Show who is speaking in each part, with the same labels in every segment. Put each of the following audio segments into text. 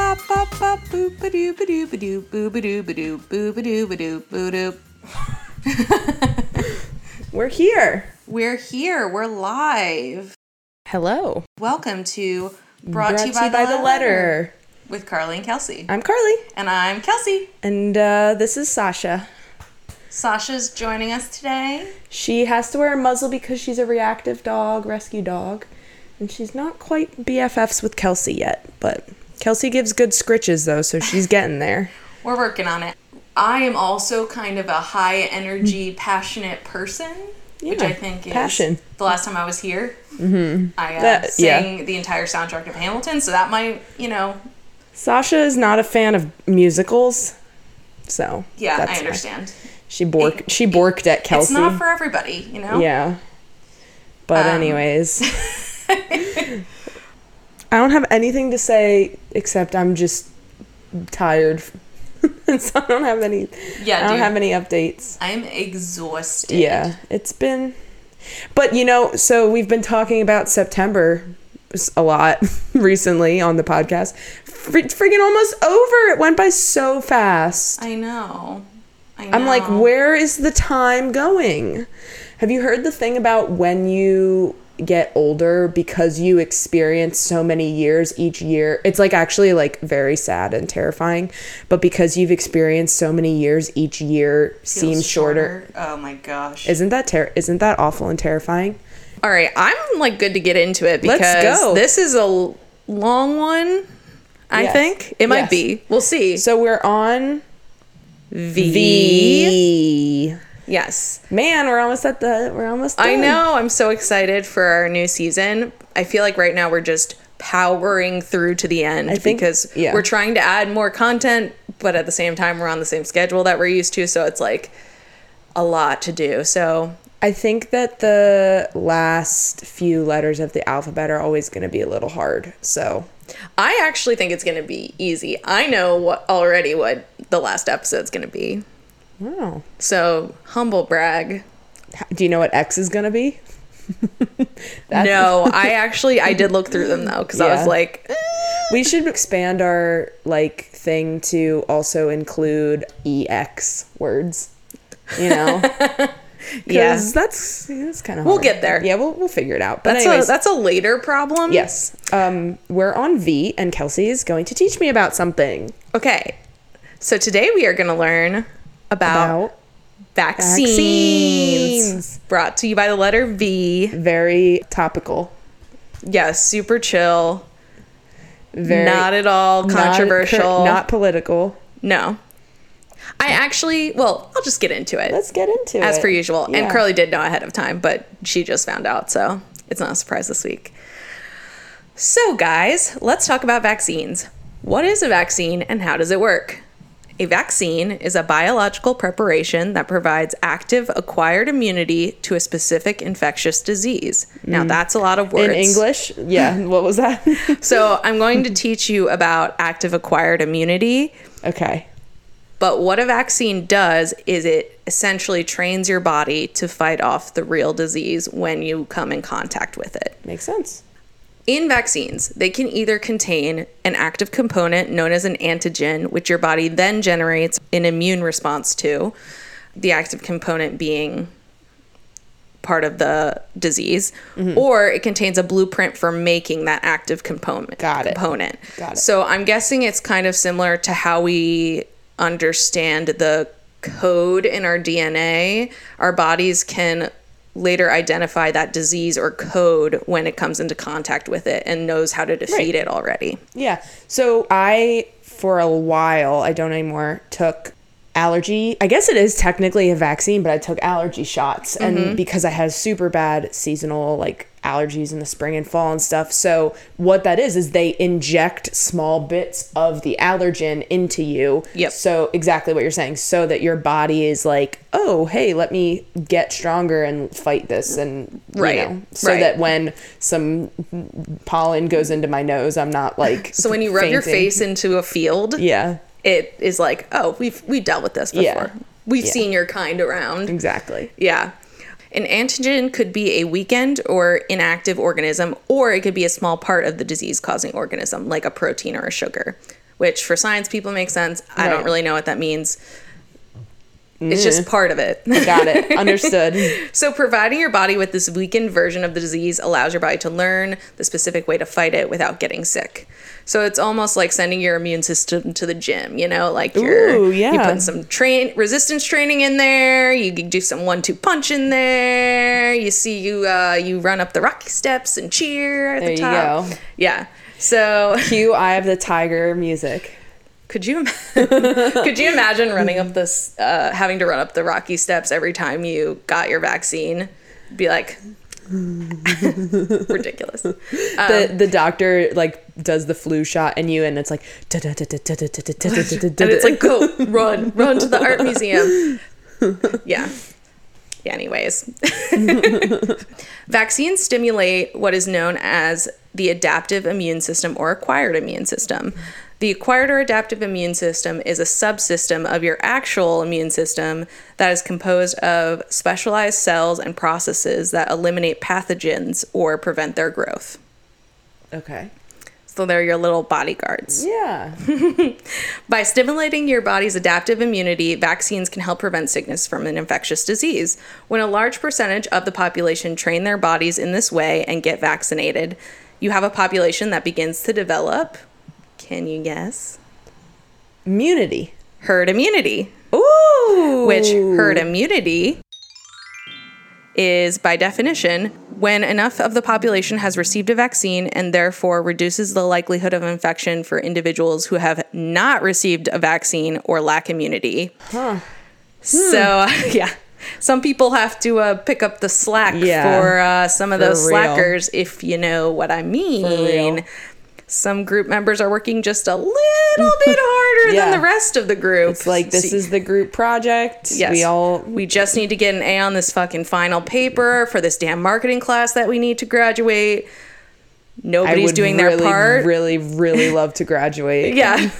Speaker 1: ba boop ba doo ba doo ba doo boo ba doo ba doo boo ba doo ba doo boo doo.
Speaker 2: We're here.
Speaker 1: We're here. We're live.
Speaker 2: Hello.
Speaker 1: Welcome to Brought, to You by, the, letter. with Carly and Kelsey.
Speaker 2: I'm Carly,
Speaker 1: And I'm Kelsey.
Speaker 2: and uh, this is Sasha.
Speaker 1: Sasha's joining us today.
Speaker 2: She has to wear a muzzle because she's a reactive dog, rescue dog, and she's not quite BFFs with Kelsey yet. But Kelsey gives good scritches though, so she's getting there.
Speaker 1: We're working on it. I am also kind of a high energy, passionate person, which
Speaker 2: Yeah,
Speaker 1: I think is
Speaker 2: passion.
Speaker 1: The last time I was here, I uh,
Speaker 2: That- yeah.
Speaker 1: sang the entire soundtrack of Hamilton, so that might, you know,
Speaker 2: Sasha is not a fan of musicals, so
Speaker 1: yeah,
Speaker 2: that's
Speaker 1: I
Speaker 2: why.
Speaker 1: understand.
Speaker 2: She bork she borked at
Speaker 1: It's
Speaker 2: Kelsey.
Speaker 1: not for everybody, you know.
Speaker 2: Yeah. But
Speaker 1: Um,
Speaker 2: anyways. I don't have anything to say except I'm just tired. so I don't have any
Speaker 1: Yeah,
Speaker 2: I don't
Speaker 1: dude.
Speaker 2: have any updates.
Speaker 1: I'm exhausted.
Speaker 2: Yeah. It's been But you know, so we've been talking about September s- a lot recently on the podcast. Fre- It's freaking almost over. It went by so fast.
Speaker 1: I know. I know.
Speaker 2: I'm like, where is the time going? Have you heard the thing about when you get older because you experience so many years each year? It's like actually like very sad and terrifying, but because you've experienced so many years each year
Speaker 1: Feels
Speaker 2: seems shorter.
Speaker 1: Oh my gosh.
Speaker 2: Isn't that ter- isn't that awful and terrifying?
Speaker 1: All right, I'm like good to get into it because
Speaker 2: Let's go.
Speaker 1: this is a l- long one. I
Speaker 2: Yes.
Speaker 1: think it might
Speaker 2: Yes.
Speaker 1: be. We'll see.
Speaker 2: So we're on
Speaker 1: V.
Speaker 2: the
Speaker 1: Yes.
Speaker 2: Man, we're almost at the we're almost
Speaker 1: E. I
Speaker 2: done.
Speaker 1: know. I'm so excited for our new season. I feel like right now we're just powering through to the end
Speaker 2: think-
Speaker 1: because
Speaker 2: yeah.
Speaker 1: we're trying to add more content, but at the same time, we're on the same schedule that we're used to. So it's like a lot to do. So
Speaker 2: I think that the last few letters of the alphabet are always going to be a little hard. So,
Speaker 1: I actually think it's going to be easy. I know what, already what the last episode's going to be.
Speaker 2: wow.
Speaker 1: So humble brag.
Speaker 2: Do you know what X is going to be?
Speaker 1: no, I actually I did look through them though because I was
Speaker 2: Yeah.
Speaker 1: like, eh.
Speaker 2: We should expand our like thing to also include EX words. You know,
Speaker 1: yeah,
Speaker 2: because that's that's kind of
Speaker 1: We'll get there.
Speaker 2: Yeah, we'll we'll figure it out. But
Speaker 1: that's
Speaker 2: anyways,
Speaker 1: a that's a later problem.
Speaker 2: yes, um, we're on V, and Kelsey is going to teach me about something
Speaker 1: Okay. So today we are going to learn about,
Speaker 2: about
Speaker 1: vaccines.
Speaker 2: vaccines.
Speaker 1: Brought to you by the letter V.
Speaker 2: very topical,
Speaker 1: Yeah, super chill.
Speaker 2: very
Speaker 1: not at all
Speaker 2: non-
Speaker 1: controversial.
Speaker 2: not political.
Speaker 1: no. I actually, well, I'll just get into it.
Speaker 2: Let's get into it.
Speaker 1: as per usual. And
Speaker 2: Yeah.
Speaker 1: Curly did know ahead of time, but she just found out, so it's not a surprise this week. So, guys, let's talk about vaccines. What is a vaccine and how does it work? A vaccine is a biological preparation that provides active acquired immunity to a specific infectious disease. Now, that's a lot of words.
Speaker 2: Mm. in English. Yeah, what was that?
Speaker 1: So, I'm going to teach you about active acquired immunity.
Speaker 2: okay.
Speaker 1: But what a vaccine does is it essentially trains your body to fight off the real disease when you come in contact with it.
Speaker 2: Makes sense.
Speaker 1: In vaccines, they can either contain an active component known as an antigen, which your body then generates an immune response to, the active component being part of the disease,
Speaker 2: Mm-hmm.
Speaker 1: or it contains a blueprint for making that active component.
Speaker 2: Got it.
Speaker 1: Component.
Speaker 2: Got it.
Speaker 1: So I'm guessing it's kind of similar to how we understand the code in our DNA. Our bodies can later identify that disease or code when it comes into contact with it and knows how to defeat
Speaker 2: Right.
Speaker 1: it already.
Speaker 2: Yeah. So I, for a while, I don't anymore, took allergy. I guess it is technically a vaccine, but I took allergy shots.
Speaker 1: Mm-hmm.
Speaker 2: And because I had super bad seasonal, like, allergies in the spring and fall and stuff. So what that is is they inject small bits of the allergen into you.
Speaker 1: Yep.
Speaker 2: So exactly what you're saying so that your body is like, "Oh, hey, let me get stronger and fight this." And you
Speaker 1: Right.
Speaker 2: know, so
Speaker 1: Right.
Speaker 2: that when some pollen goes into my nose, I'm not like
Speaker 1: So when you rub your
Speaker 2: fainting.
Speaker 1: face into a field,
Speaker 2: Yeah,
Speaker 1: it is like, oh, we've we dealt with this before.
Speaker 2: Yeah.
Speaker 1: We've
Speaker 2: Yeah.
Speaker 1: seen your kind around.
Speaker 2: exactly.
Speaker 1: Yeah. An antigen could be a weakened or inactive organism, or it could be a small part of the disease causing organism, like a protein or a sugar. which for science people makes sense. I don't
Speaker 2: Right.
Speaker 1: really know what that means. It's just part of it.
Speaker 2: Got it. Understood.
Speaker 1: So, providing your body with this weakened version of the disease allows your body to learn the specific way to fight it without getting sick. So, it's almost like sending your immune system to the gym, you know, like you're
Speaker 2: Ooh,
Speaker 1: you
Speaker 2: yeah.
Speaker 1: put some train resistance training in there, you g- do some one two punch in there, you see you uh, you run up the rocky steps and cheer at
Speaker 2: There
Speaker 1: the
Speaker 2: you
Speaker 1: top.
Speaker 2: go.
Speaker 1: Yeah. So,
Speaker 2: Cue Eye of the Tiger music.
Speaker 1: could you im- could you imagine running up this uh, having to run up the rocky steps every time you got your vaccine? Be like ridiculous. Um,
Speaker 2: the the doctor like does the flu shot in you, and it's like and
Speaker 1: and it's
Speaker 2: it's
Speaker 1: like go run run to the art museum yeah yeah anyways vaccines stimulate what is known as the adaptive immune system or acquired immune system the acquired or adaptive immune system is a subsystem of your actual immune system that is composed of specialized cells and processes that eliminate pathogens or prevent their growth.
Speaker 2: okay,
Speaker 1: So they're your little bodyguards.
Speaker 2: yeah,
Speaker 1: By stimulating your body's adaptive immunity, vaccines can help prevent sickness from an infectious disease. When a large percentage of the population train their bodies in this way and get vaccinated, you have a population that begins to develop, can you guess?
Speaker 2: immunity.
Speaker 1: Herd immunity,
Speaker 2: Ooh,
Speaker 1: which herd immunity is by definition when enough of the population has received a vaccine and therefore reduces the likelihood of infection for individuals who have not received a vaccine or lack immunity. So
Speaker 2: Hmm.
Speaker 1: yeah, some people have to uh, pick up the slack
Speaker 2: Yeah.
Speaker 1: for uh, some of
Speaker 2: For
Speaker 1: those
Speaker 2: real.
Speaker 1: slackers, if you know what I mean.
Speaker 2: real.
Speaker 1: Some group members are working just a little bit harder
Speaker 2: Yeah.
Speaker 1: than the rest of the group.
Speaker 2: It's like this
Speaker 1: So-
Speaker 2: is the group project.
Speaker 1: Yes.
Speaker 2: we all
Speaker 1: we just need to get an A on this fucking final paper for this damn marketing class that we need to graduate.
Speaker 2: I
Speaker 1: Nobody's
Speaker 2: would
Speaker 1: doing
Speaker 2: really,
Speaker 1: their part.
Speaker 2: Really, really love to graduate.
Speaker 1: yeah.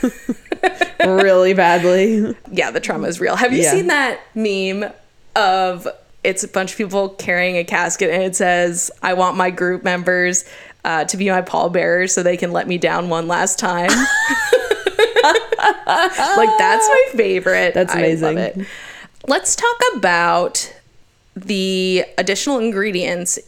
Speaker 2: really badly.
Speaker 1: yeah, the trauma is real. Have you
Speaker 2: Yeah.
Speaker 1: seen that meme of it's a bunch of people carrying a casket and it says, I want my group members uh, to be my pallbearers so they can let me down one last time? like, that's my favorite.
Speaker 2: That's
Speaker 1: I
Speaker 2: amazing.
Speaker 1: love it. Let's talk about the additional ingredients,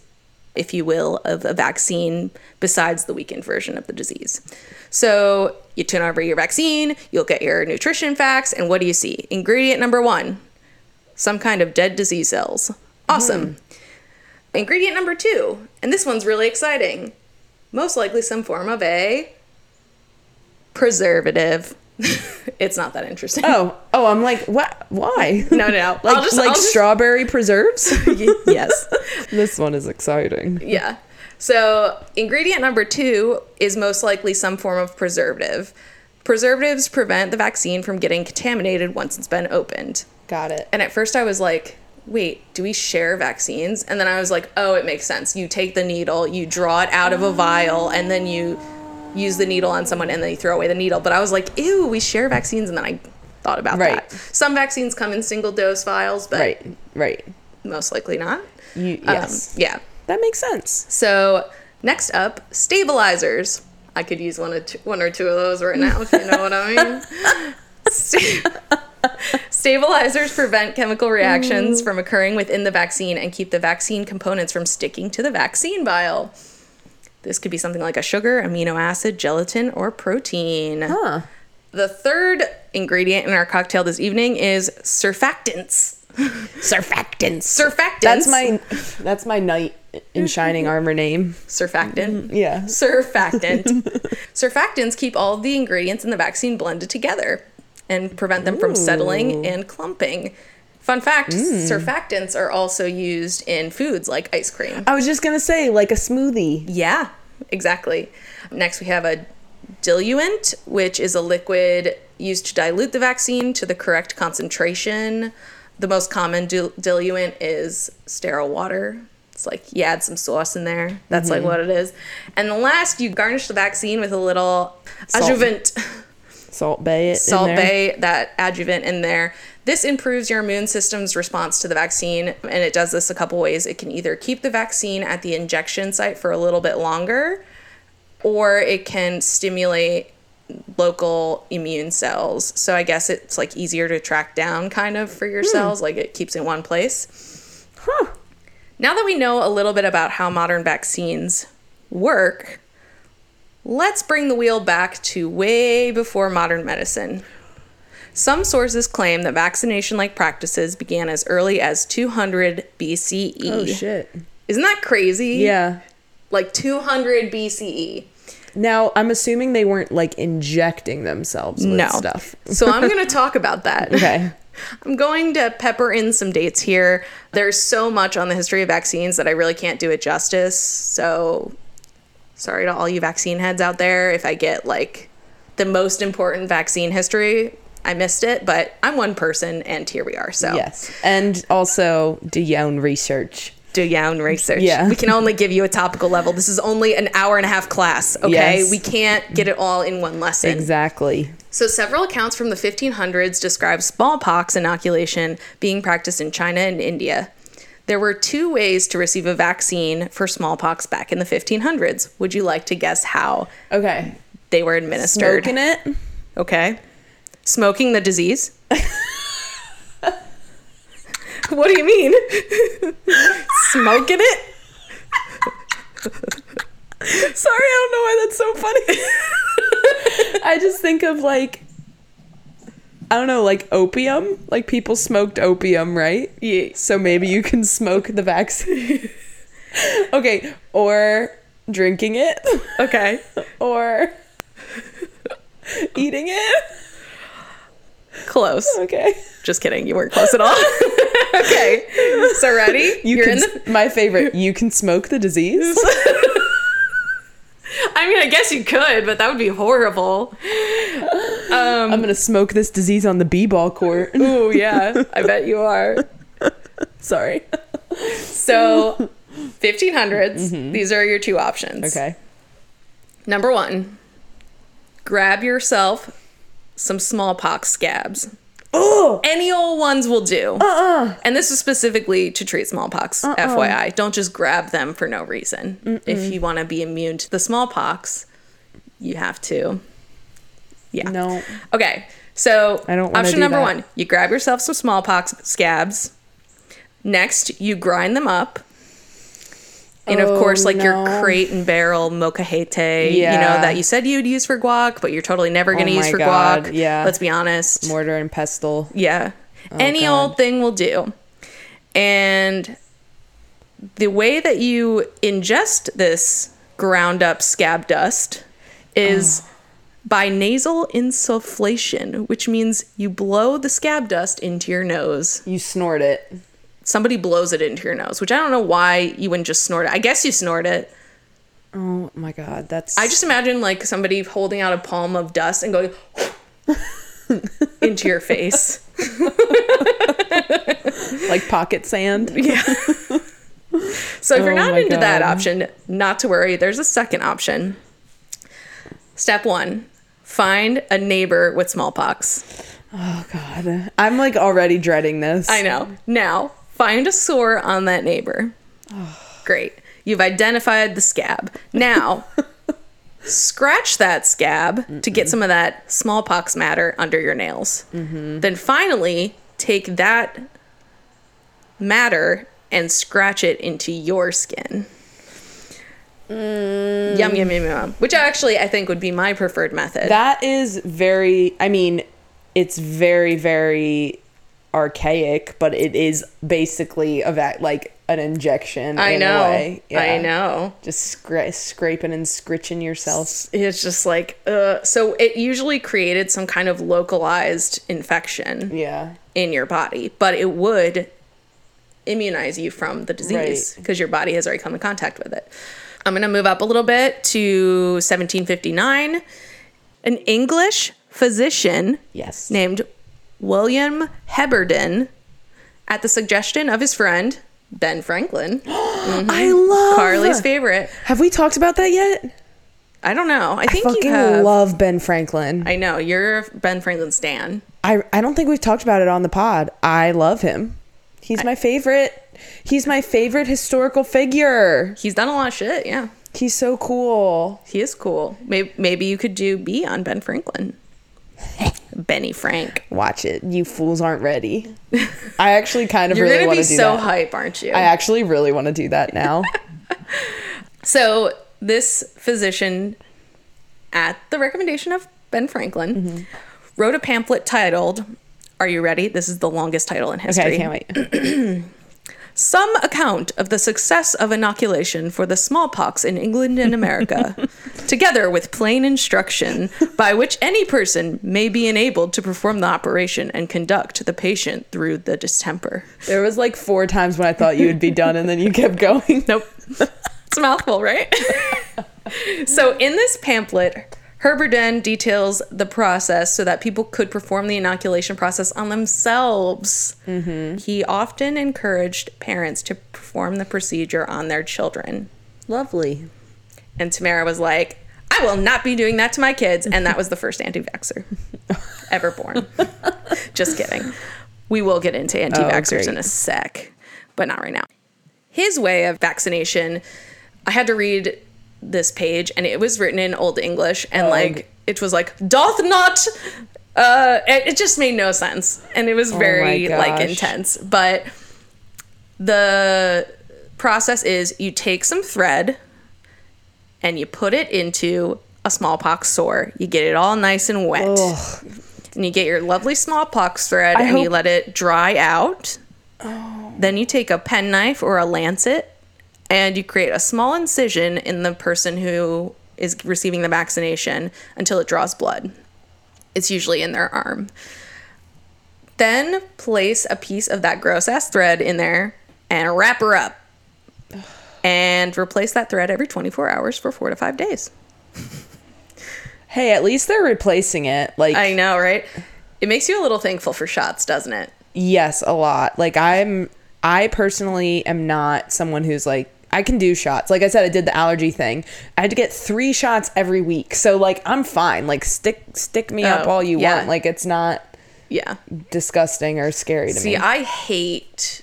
Speaker 1: if you will, of a vaccine besides the weakened version of the disease. So you turn over your vaccine, you'll get your nutrition facts, and what do you see? Ingredient number one some kind of dead disease cells. Awesome. Ingredient number two, and this one's really exciting most likely some form of a preservative. it's not that interesting.
Speaker 2: Oh, oh, I'm like, what? Why?
Speaker 1: No, no.
Speaker 2: Like,
Speaker 1: I'll just,
Speaker 2: like
Speaker 1: I'll just-
Speaker 2: strawberry preserves.
Speaker 1: yes.
Speaker 2: this one is exciting.
Speaker 1: Yeah. So, ingredient number two is most likely some form of preservative. Preservatives prevent the vaccine from getting contaminated once it's been opened.
Speaker 2: Got it.
Speaker 1: And at first I was like, wait, do we share vaccines? And then I was like, oh, it makes sense. You take the needle, you draw it out of a vial, and then you use the needle on someone and then you throw away the needle. But I was like, ew, we share vaccines. And then I thought about
Speaker 2: Right.
Speaker 1: that. Some vaccines come in single dose vials, but
Speaker 2: Right, right.
Speaker 1: most likely not.
Speaker 2: You,
Speaker 1: Um,
Speaker 2: yes,
Speaker 1: yeah.
Speaker 2: that makes sense.
Speaker 1: So next up, stabilizers. I could use one or two, one or two of those right now, if you know what I mean. Sta- Stabilizers prevent chemical reactions
Speaker 2: Mm.
Speaker 1: from occurring within the vaccine and keep the vaccine components from sticking to the vaccine vial. This could be something like a sugar, amino acid, gelatin, or protein.
Speaker 2: Huh.
Speaker 1: The third ingredient in our cocktail this evening is surfactants.
Speaker 2: Surfactants.
Speaker 1: Surfactants.
Speaker 2: That's my that's my knight in shining armor name.
Speaker 1: surfactant.
Speaker 2: Yeah.
Speaker 1: surfactant. Surfactants keep all of the ingredients in the vaccine blended together and prevent them from settling and clumping. Fun fact surfactants are also used in foods like ice cream.
Speaker 2: I was just gonna say like a smoothie.
Speaker 1: Yeah, exactly. Next, we have a diluent, which is a liquid used to dilute the vaccine to the correct concentration. The most common dil- diluent is sterile water. It's like you add some sauce in there. That's like what it is. And the last, you garnish the vaccine with a little
Speaker 2: Salt.
Speaker 1: adjuvant
Speaker 2: Salt Bay. It
Speaker 1: salt
Speaker 2: in there.
Speaker 1: bay that adjuvant in there this improves your immune system's response to the vaccine and it does this a couple ways it can either keep the vaccine at the injection site for a little bit longer or it can stimulate local immune cells. So I guess it's like easier to track down kind of for
Speaker 2: Hmm.
Speaker 1: your cells, like it keeps in one place.
Speaker 2: Huh.
Speaker 1: Now that we know a little bit about how modern vaccines work, let's bring the wheel back to way before modern medicine. Some sources claim that vaccination like practices began as early as 200 BCE.
Speaker 2: Oh shit.
Speaker 1: E. Isn't that crazy?
Speaker 2: Yeah.
Speaker 1: Like 200 BCE.
Speaker 2: Now I'm assuming they weren't like injecting themselves with
Speaker 1: no.
Speaker 2: stuff.
Speaker 1: so I'm going to talk about that.
Speaker 2: Okay.
Speaker 1: I'm going to pepper in some dates here. There's so much on the history of vaccines that I really can't do it justice. So sorry to all you vaccine heads out there if I get like the most important vaccine history. I missed it, but I'm one person and here we are. So
Speaker 2: Yes. And also do your own research.
Speaker 1: do your own research.
Speaker 2: Yeah.
Speaker 1: We can only give you a topical level. This is only an hour and a half class, okay?
Speaker 2: Yes.
Speaker 1: We can't get it all in one lesson.
Speaker 2: Exactly.
Speaker 1: So, several accounts from the 1500s describe smallpox inoculation being practiced in China and India. There were two ways to receive a vaccine for smallpox back in the 1500s. Would you like to guess how
Speaker 2: Okay.
Speaker 1: they were administered?
Speaker 2: Smoking it.
Speaker 1: Okay. Smoking the disease? what do you mean? Smoking it?
Speaker 2: Sorry, I don't know why that's so funny. I just think of like I don't know, like opium. Like people smoked opium, right?
Speaker 1: Yeah.
Speaker 2: So maybe you can smoke the vaccine. okay, or drinking it
Speaker 1: Okay.
Speaker 2: or eating it.
Speaker 1: Close.
Speaker 2: Okay.
Speaker 1: Just kidding. You weren't close at all. okay. So, ready?
Speaker 2: You
Speaker 1: You're in
Speaker 2: can
Speaker 1: the
Speaker 2: my favorite, you can smoke the disease.
Speaker 1: I mean, I guess you could, but that would be horrible. Um,
Speaker 2: I'm going to smoke this disease on the b-ball court.
Speaker 1: Oh yeah, I bet you are.
Speaker 2: Sorry.
Speaker 1: So, 1500s. These are your two options.
Speaker 2: Mm-hmm. Okay.
Speaker 1: Number one, grab yourself some smallpox scabs.
Speaker 2: Oh,
Speaker 1: Any old ones will do.
Speaker 2: uh-uh.
Speaker 1: And this is specifically to treat smallpox, FYI. Don't just grab them for no reason. If you want to be immune to the smallpox, you have to. Yeah.
Speaker 2: No.
Speaker 1: Okay. So
Speaker 2: I don't wanna
Speaker 1: option
Speaker 2: do
Speaker 1: number
Speaker 2: that.
Speaker 1: one, you grab yourself some smallpox scabs. Next, you grind them up. And of
Speaker 2: Oh,
Speaker 1: course, like
Speaker 2: no.
Speaker 1: your crate and barrel mocajete, you
Speaker 2: Yeah.
Speaker 1: know, that you said you'd use for guac, but you're totally never going to
Speaker 2: Oh
Speaker 1: use
Speaker 2: my
Speaker 1: for
Speaker 2: God,
Speaker 1: guac.
Speaker 2: yeah.
Speaker 1: Let's be honest.
Speaker 2: Mortar and pestle.
Speaker 1: Yeah. Any
Speaker 2: God.
Speaker 1: old thing will do. And the way that you ingest this ground up scab dust is by nasal insufflation, which means you blow the scab dust into your nose.
Speaker 2: You snort it.
Speaker 1: Somebody blows it into your nose, which I don't know why you wouldn't just snort it. I guess you snort it.
Speaker 2: Oh my god, that's
Speaker 1: I just imagine like somebody holding out a palm of dust and going into your face.
Speaker 2: like pocket sand.
Speaker 1: Yeah. so if you're
Speaker 2: Oh
Speaker 1: not
Speaker 2: my
Speaker 1: into that
Speaker 2: God.
Speaker 1: option, not to worry. There's a second option. Step one find a neighbor with smallpox.
Speaker 2: Oh god. I'm like already dreading this.
Speaker 1: I know. Now, find a sore on that neighbor. Great. You've identified the scab. Now, scratch that scab to get some of that smallpox matter under your nails.
Speaker 2: Mm-hmm.
Speaker 1: Then finally, take that matter and scratch it into your skin. Yum, yum, yum, yum. Which actually I think would be my preferred method.
Speaker 2: Mm. That is very I mean, it's very very archaic, but it is basically a va- like an injection
Speaker 1: I
Speaker 2: in
Speaker 1: know.
Speaker 2: a way.
Speaker 1: I
Speaker 2: Yeah.
Speaker 1: know.
Speaker 2: Just scra- scraping and scritching yourself.
Speaker 1: It's just like, uh, so it usually created some kind of localized infection
Speaker 2: Yeah.
Speaker 1: in your body, but it would immunize you from the disease because your body has already come in contact with it. I'm going to move up a little bit to 1759. An English physician
Speaker 2: Yes.
Speaker 1: named William Heberden, at the suggestion of his friend, Ben Franklin, Mm-hmm.
Speaker 2: I love
Speaker 1: Carly's favorite.
Speaker 2: Have we talked about that yet?
Speaker 1: I don't know. I think
Speaker 2: Fucking
Speaker 1: you have.
Speaker 2: love Ben Franklin.
Speaker 1: I know you're Ben Franklin stan.
Speaker 2: I I don't think we've talked about it on the pod. I love him. He's my favorite. He's my favorite historical figure.
Speaker 1: He's done a lot of shit. Yeah.
Speaker 2: He's so cool.
Speaker 1: He is cool. Maybe, maybe you could do B on Ben Franklin. Benny Frank.
Speaker 2: Watch it. You fools aren't ready. I actually kind of
Speaker 1: You're
Speaker 2: really
Speaker 1: gonna
Speaker 2: want
Speaker 1: be
Speaker 2: to do
Speaker 1: so
Speaker 2: that.
Speaker 1: hype, aren't you?
Speaker 2: I actually really want to do that now.
Speaker 1: So this physician, at the recommendation of Ben Franklin,
Speaker 2: Mm-hmm.
Speaker 1: wrote a pamphlet titled "Are You Ready?" This is the longest title in history.
Speaker 2: okay, I can't wait.
Speaker 1: Some account of the success of inoculation for the smallpox in England and America, together with plain instruction by which any person may be enabled to perform the operation and conduct the patient through the distemper.
Speaker 2: There was like four times when I thought you would be done and then you kept going.
Speaker 1: Nope. it's a mouthful, right? so, in this pamphlet, Herberden details the process so that people could perform the inoculation process on themselves. He often encouraged parents to perform the procedure on their children.
Speaker 2: Lovely.
Speaker 1: And Tamara was like, I will not be doing that to my kids. And that was the first anti vaxxer ever born. Just kidding. We will get into anti vaxxers
Speaker 2: great.
Speaker 1: in a sec, but not right now. His way of vaccination, I had to read this page and it was written in Old English and like, it was like, doth not. Uh, it, it just made no sense. And it was very like
Speaker 2: gosh.
Speaker 1: intense. But the process is you take some thread and you put it into a smallpox sore. You get it all nice and wet. And you get your lovely smallpox thread and you
Speaker 2: hope-
Speaker 1: let it dry out. Then you take a penknife or a lancet and you create a small incision in the person who is receiving the vaccination until it draws blood. It's usually in their arm. Then place a piece of that gross ass thread in there and wrap her up. And replace that thread every 24 hours for four to five days.
Speaker 2: Hey, at least they're replacing it. Like
Speaker 1: I know, right? It makes you a little thankful for shots, doesn't it?
Speaker 2: yes, a lot. Like I'm I personally am not someone who's like I can do shots. Like I said I did the allergy thing. I had to get 3 shots every week. So like I'm fine. Like stick stick me up
Speaker 1: Oh,
Speaker 2: all you
Speaker 1: yeah.
Speaker 2: want. Like it's not
Speaker 1: Yeah.
Speaker 2: disgusting or scary to
Speaker 1: See,
Speaker 2: me.
Speaker 1: I hate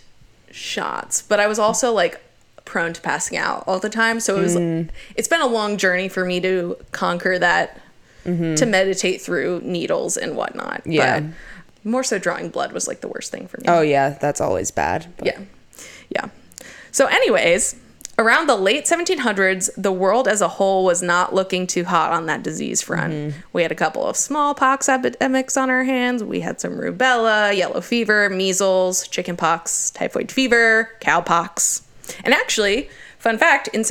Speaker 1: shots, but I was also like prone to passing out all the time. So it was, it's been a long journey for me to conquer that, to meditate through needles and whatnot.
Speaker 2: Yeah.
Speaker 1: But more so, drawing blood was like the worst thing for me.
Speaker 2: oh yeah, that's always bad. But-
Speaker 1: Yeah. Yeah. So, anyways, around the late 1700s, the world as a whole was not looking too hot on that disease front. We had a couple of smallpox epidemics on our hands. We had some rubella, yellow fever, measles, chickenpox, typhoid fever, cowpox. And actually, fun fact in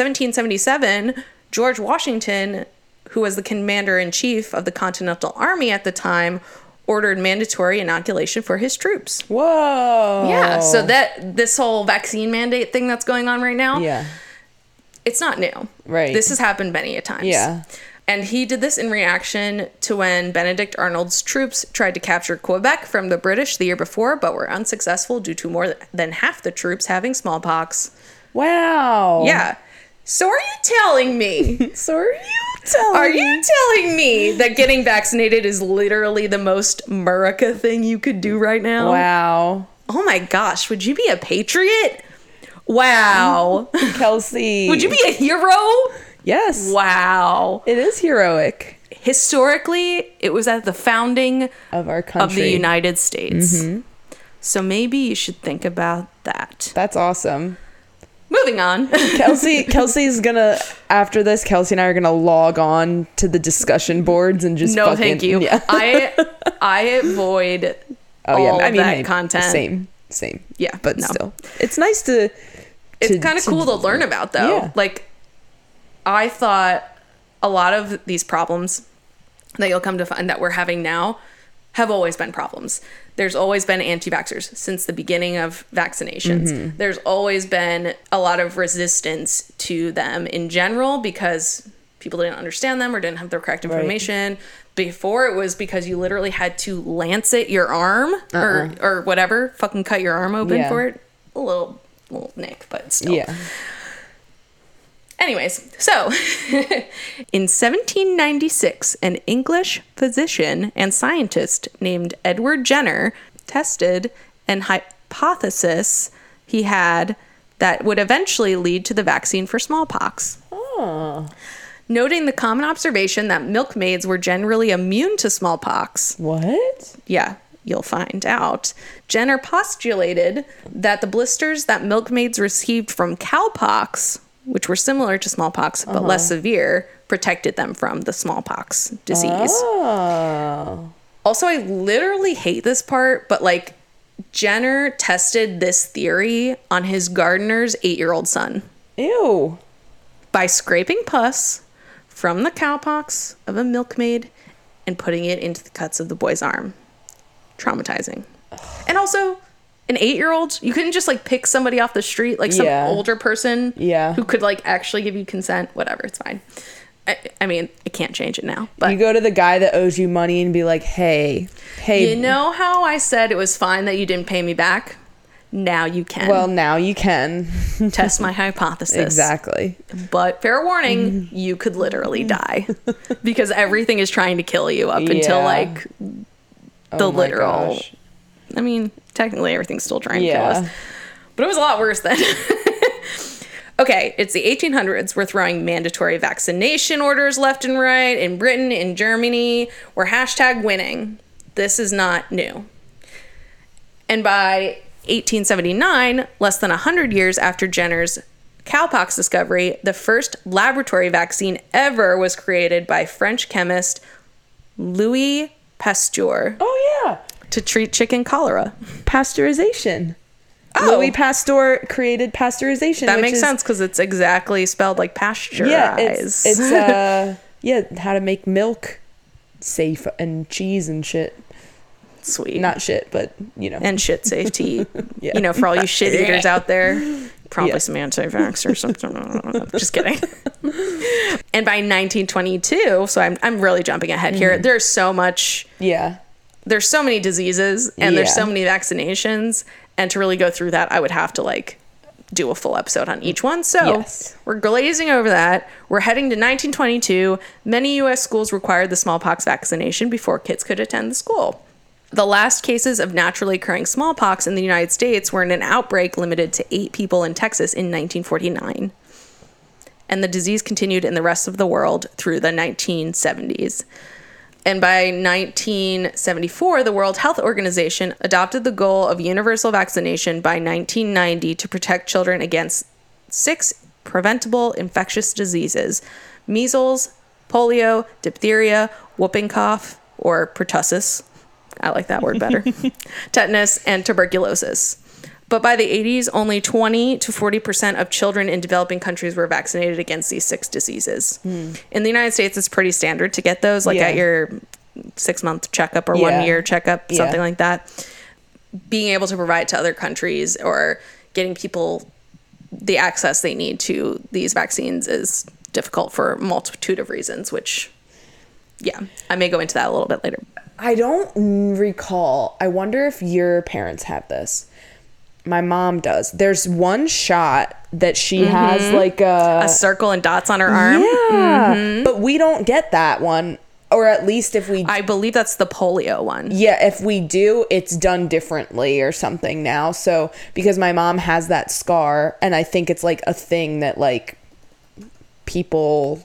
Speaker 1: 1777, George Washington, who was the commander in chief of the Continental Army at the time, ordered mandatory inoculation for his troops.
Speaker 2: Whoa.
Speaker 1: Yeah.
Speaker 2: Oh.
Speaker 1: So that this whole vaccine mandate thing that's going on right now,
Speaker 2: Yeah.
Speaker 1: it's not new.
Speaker 2: Right.
Speaker 1: This has happened many a times.
Speaker 2: Yeah.
Speaker 1: And he did this in reaction to when Benedict Arnold's troops tried to capture Quebec from the British the year before, but were unsuccessful due to more than half the troops having smallpox.
Speaker 2: Wow.
Speaker 1: Yeah. So are you telling me?
Speaker 2: So are you telling
Speaker 1: Are you telling me that getting vaccinated is literally the most America thing you could do right now?
Speaker 2: Wow.
Speaker 1: Oh my gosh, would you be a patriot? Wow.
Speaker 2: Kelsey.
Speaker 1: Would you be a hero?
Speaker 2: Yes.
Speaker 1: Wow.
Speaker 2: It is heroic
Speaker 1: Historically, it was at the founding
Speaker 2: of our
Speaker 1: of
Speaker 2: country. Mm-hmm.
Speaker 1: the United States. So maybe you should think about that.
Speaker 2: That's awesome.
Speaker 1: Moving on.
Speaker 2: Kelsey Kelsey's gonna after this, Kelsey and I are gonna log on to the discussion boards and just
Speaker 1: no,
Speaker 2: fucking,
Speaker 1: thank you.
Speaker 2: Yeah.
Speaker 1: I I avoid
Speaker 2: Oh yeah.
Speaker 1: all
Speaker 2: I mean
Speaker 1: that
Speaker 2: maybe-
Speaker 1: content.
Speaker 2: Same. Same.
Speaker 1: Yeah,
Speaker 2: But
Speaker 1: no.
Speaker 2: still. It's nice to,
Speaker 1: It's kind of cool to learn about though.
Speaker 2: Yeah.
Speaker 1: Like I thought a lot of these problems that you'll come to find that we're having now have always been problems. There's always been anti-vaxxers since the beginning of vaccinations. There's always been a lot of resistance to them in general because people didn't understand them or didn't have the correct information. Before it was because you literally had to lancet your arm or or whatever, fucking cut your arm open
Speaker 2: Yeah.
Speaker 1: for it. A little little nick, but still.
Speaker 2: Yeah.
Speaker 1: Anyways, so in 1796, an English physician and scientist named Edward Jenner tested an hypothesis he had that would eventually lead to the vaccine for smallpox.
Speaker 2: Oh.
Speaker 1: noting the common observation that milkmaids were generally immune to smallpox.
Speaker 2: What?
Speaker 1: yeah, you'll find out. Jenner postulated that the blisters that milkmaids received from cowpox, which were similar to smallpox but less severe, protected them from the smallpox disease.
Speaker 2: Oh.
Speaker 1: Also, I literally hate this part, but like Jenner tested this theory on his gardener's eight year old son
Speaker 2: Ew.
Speaker 1: by scraping pus from the cowpox of a milkmaid and putting it into the cuts of the boy's arm. Traumatizing. And also, an eight year old, you couldn't just like pick somebody off the street, like some
Speaker 2: Yeah.
Speaker 1: older person
Speaker 2: Yeah.
Speaker 1: who could like actually give you consent. Whatever, it's fine. I, I mean, I can't change it now, but.
Speaker 2: You go to the guy that owes you money and be like, "Hey, hey."
Speaker 1: you know how I said it was fine that you didn't pay me back? Now you can
Speaker 2: well, now you can.
Speaker 1: test my hypothesis.
Speaker 2: exactly.
Speaker 1: But fair
Speaker 2: Mm-hmm.
Speaker 1: warning, you could literally die because everything is trying to kill you up until
Speaker 2: Yeah.
Speaker 1: like the
Speaker 2: Oh my
Speaker 1: literal.
Speaker 2: gosh.
Speaker 1: I mean, technically everything's still trying to
Speaker 2: Yeah.
Speaker 1: kill us, but it was a lot worse then. okay, it's the 1800s. We're throwing mandatory vaccination orders left and right in Britain, in Germany. We're hashtag winning. This is not new. And by 1879, less than 100 years after Jenner's cowpox discovery, the first laboratory vaccine ever was created by French chemist Louis Pasteur
Speaker 2: Oh yeah.
Speaker 1: to treat chicken cholera.
Speaker 2: Pasteurization.
Speaker 1: Oh.
Speaker 2: Louis Pasteur created pasteurization.
Speaker 1: That
Speaker 2: which
Speaker 1: makes
Speaker 2: is-
Speaker 1: sense because it's exactly spelled like pasteurized.
Speaker 2: Yeah, it's, it's uh, yeah, how to make milk safe and cheese and shit.
Speaker 1: sweet.
Speaker 2: Not shit, but you know.
Speaker 1: and shit safe to eat.
Speaker 2: Yeah.
Speaker 1: You know, for all you shit eaters out there, probably
Speaker 2: Yeah.
Speaker 1: some anti-vax or something. I don't know. Just kidding. and by 1922, so I'm I'm really jumping ahead
Speaker 2: Mm-hmm.
Speaker 1: here. There's so much.
Speaker 2: yeah.
Speaker 1: There's so many diseases and there's so
Speaker 2: Yeah.
Speaker 1: many vaccinations, and to really go through that, I would have to like do a full episode on each one. So
Speaker 2: Yes.
Speaker 1: we're glazing over that. We're heading to 1922. Many U.S. schools required the smallpox vaccination before kids could attend the school. The last cases of naturally occurring smallpox in the United States were in an outbreak limited to eight people in Texas in 1949. And the disease continued in the rest of the world through the 1970s. And by 1974, the World Health Organization adopted the goal of universal vaccination by 1990 to protect children against six preventable infectious diseases measles, polio, diphtheria, whooping cough, or pertussis. I like that word better. Tetanus and tuberculosis. But by the 80s, only 20 to 40% of children in developing countries were vaccinated against these six diseases. In the United States, it's pretty standard to get those, like
Speaker 2: Hmm. Yeah.
Speaker 1: at your six month checkup or
Speaker 2: Yeah.
Speaker 1: one year checkup,
Speaker 2: Yeah.
Speaker 1: something like that. Being able to provide to other countries or getting people the access they need to these vaccines is difficult for a multitude of reasons, which, yeah, I may go into that a little bit later.
Speaker 2: I don't recall. I wonder if your parents have this. My mom does. There's one shot that she has like Mm-hmm. a,
Speaker 1: A circle and dots on her arm.
Speaker 2: Uh, yeah, but we don't get that one, or at least if we
Speaker 1: I believe that's the polio one.
Speaker 2: Yeah, if we do, it's done differently or something now. So because my mom has that scar and I think it's like a thing that like people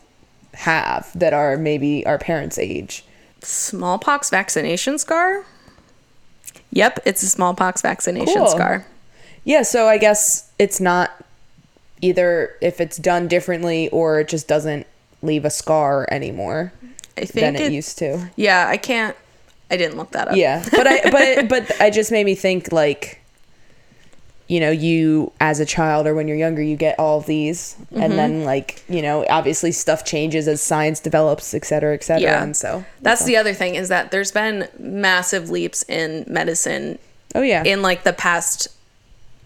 Speaker 2: have that are maybe our parents' age.
Speaker 1: Smallpox vaccination scar? Yep, it's a smallpox vaccination
Speaker 2: Cool.
Speaker 1: scar.
Speaker 2: Yeah, so I guess it's not either if it's done differently or it just doesn't leave a scar anymore
Speaker 1: I think
Speaker 2: than it
Speaker 1: it,
Speaker 2: used to.
Speaker 1: Yeah, I can't. I didn't look that up.
Speaker 2: Yeah, but I but but I just made me think like, you know, you as a child or when you're younger, you get all of these,
Speaker 1: Mm-hmm.
Speaker 2: and then like you know, obviously stuff changes as science develops, et cetera, et cetera,
Speaker 1: Yeah.
Speaker 2: and so
Speaker 1: That's the other thing is that there's been massive leaps in medicine
Speaker 2: oh yeah,
Speaker 1: in like the past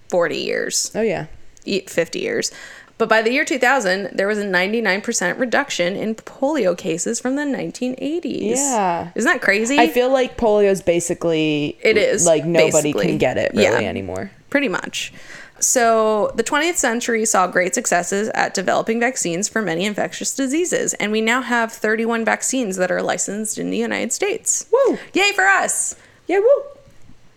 Speaker 1: 40 years,
Speaker 2: oh yeah,
Speaker 1: e- 50 years. But by the year 2000, there was a 99% reduction in polio cases from the 1980s.
Speaker 2: Yeah.
Speaker 1: Isn't that crazy?
Speaker 2: I feel like polio is basically
Speaker 1: It is,
Speaker 2: like nobody
Speaker 1: basically.
Speaker 2: can get it
Speaker 1: Yeah.
Speaker 2: really anymore.
Speaker 1: pretty much. So, the 20th century saw great successes at developing vaccines for many infectious diseases, and we now have 31 vaccines that are licensed in the United States.
Speaker 2: Woo.
Speaker 1: Yay for us!
Speaker 2: Yeah, woo.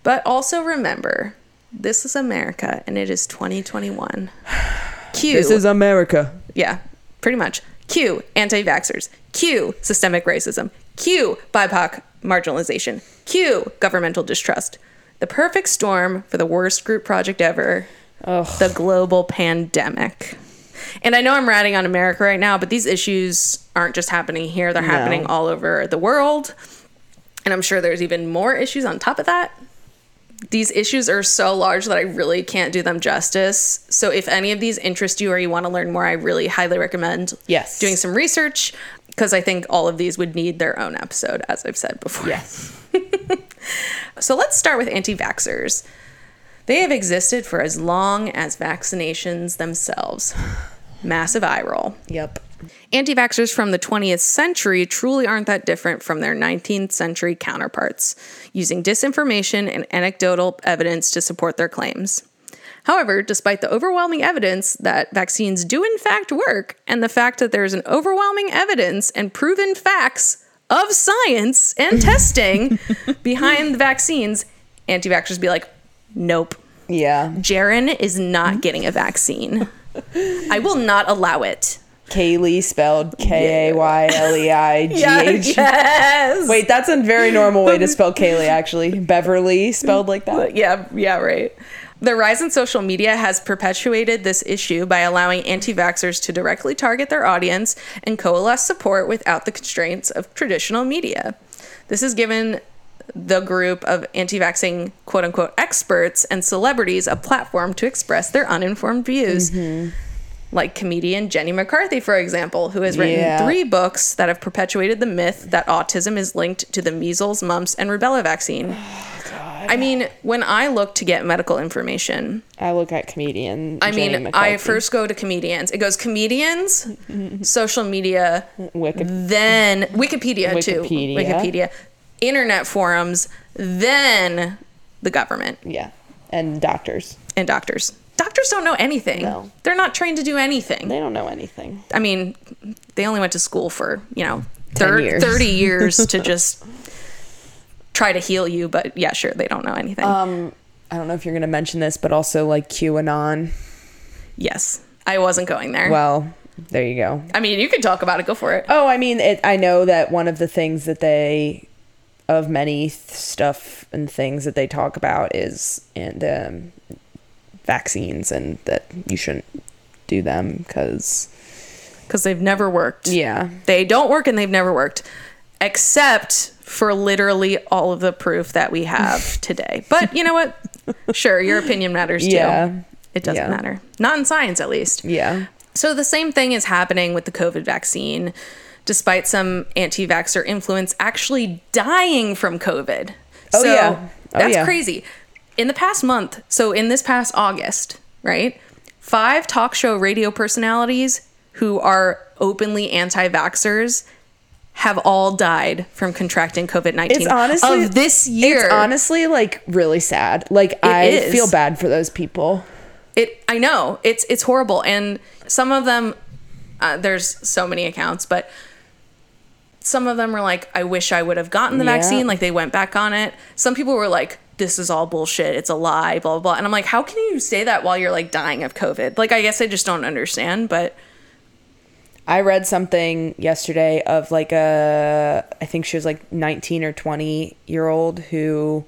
Speaker 1: But also remember, this is America and it is 2021. Q.
Speaker 2: America.
Speaker 1: yeah. pretty much. Q, anti vaxxers. Q, systemic racism. Q, BIPOC marginalization. Q, governmental distrust. The perfect storm for the worst group project ever the global pandemic. And I know I'm ratting on America right now, but these issues aren't just happening here, they're happening all over the world. And I'm sure there's even more issues on top of that these issues are so large that I really can't do them justice. So if any of these interest you or you want to learn more, I really highly recommend
Speaker 2: Yes.
Speaker 1: doing some research because I think all of these would need their own episode, as I've said before.
Speaker 2: Yes.
Speaker 1: So let's start with anti vaxxers. They have existed for as long as vaccinations themselves. Massive eye roll.
Speaker 2: Yep.
Speaker 1: Anti vaxxers from the 20th century truly aren't that different from their 19th century counterparts, using disinformation and anecdotal evidence to support their claims. However, despite the overwhelming evidence that vaccines do in fact work, and the fact that there is an overwhelming evidence and proven facts of science and testing behind the vaccines, anti vaxxers be like, nope,
Speaker 2: Yeah.
Speaker 1: Jaron is not getting a vaccine. I will not allow it.
Speaker 2: Kaylee spelled K A Y L E I G
Speaker 1: Yes,
Speaker 2: H.
Speaker 1: yes.
Speaker 2: Wait, that's a very normal way to spell Kaylee, actually. Beverly spelled like that.
Speaker 1: Yeah, yeah, right. The rise in social media has perpetuated this issue by allowing anti vaxxers to directly target their audience and coalesce support without the constraints of traditional media. This has given the group of anti vaxxing quote unquote experts and celebrities a platform to express their uninformed views. Like comedian Jenny McCarthy, for example, who has written
Speaker 2: Yeah.
Speaker 1: three books that have perpetuated the myth that autism is linked to the measles, mumps, and rubella vaccine.
Speaker 2: Oh,
Speaker 1: I mean, when I look to get medical information,
Speaker 2: I look at comedian.
Speaker 1: I mean, I first go to comedians. It goes comedians, social media,
Speaker 2: Wicked.
Speaker 1: then Wikipedia, too.
Speaker 2: Wikipedia.
Speaker 1: Wikipedia, internet forums, then the government
Speaker 2: Yeah. And doctors.
Speaker 1: and doctors. Doctors don't know anything.
Speaker 2: No.
Speaker 1: They're not trained to do anything.
Speaker 2: They don't know anything.
Speaker 1: I mean, they only went to school for, you know, thir-
Speaker 2: years.
Speaker 1: 30 years to just try to heal you, but yeah, sure, they don't know anything.
Speaker 2: Um, I don't know if you're going to mention this, but also like QAnon.
Speaker 1: yes. I wasn't going there.
Speaker 2: Well, there you go.
Speaker 1: I mean, you can talk about it. Go for it.
Speaker 2: Oh, I mean, it, I know that one of the things that they, of many th- stuff and things that they talk about is and um, vaccines and that you shouldn't do them because
Speaker 1: Because they've never worked.
Speaker 2: yeah,
Speaker 1: They don't work and they've never worked, except for literally all of the proof that we have today. But you know what? Sure, your opinion matters too.
Speaker 2: Yeah.
Speaker 1: It doesn't
Speaker 2: Yeah.
Speaker 1: matter. Not in science, at least.
Speaker 2: yeah,
Speaker 1: So the same thing is happening with the COVID vaccine, despite some anti vaxxer influence actually dying from COVID.
Speaker 2: Oh,
Speaker 1: so
Speaker 2: yeah. Oh,
Speaker 1: that's
Speaker 2: yeah.
Speaker 1: crazy. In the past month, so in this past August, right? Five talk show radio personalities who are openly anti vaxxers have all died from contracting COVID 19
Speaker 2: It's honestly-
Speaker 1: of this year.
Speaker 2: It's honestly like really sad. Like I
Speaker 1: is.
Speaker 2: feel bad for those people.
Speaker 1: it i know it's it's horrible and some of them uh, there's so many accounts but some of them were like i wish i would have gotten the
Speaker 2: Yeah.
Speaker 1: vaccine like they went back on it some people were like this is all bullshit it's a lie blah blah blah and i'm like how can you say that while you're like dying of covid like i guess i just don't understand but
Speaker 2: I read something yesterday of like a I think she was like 19 or 20 year old who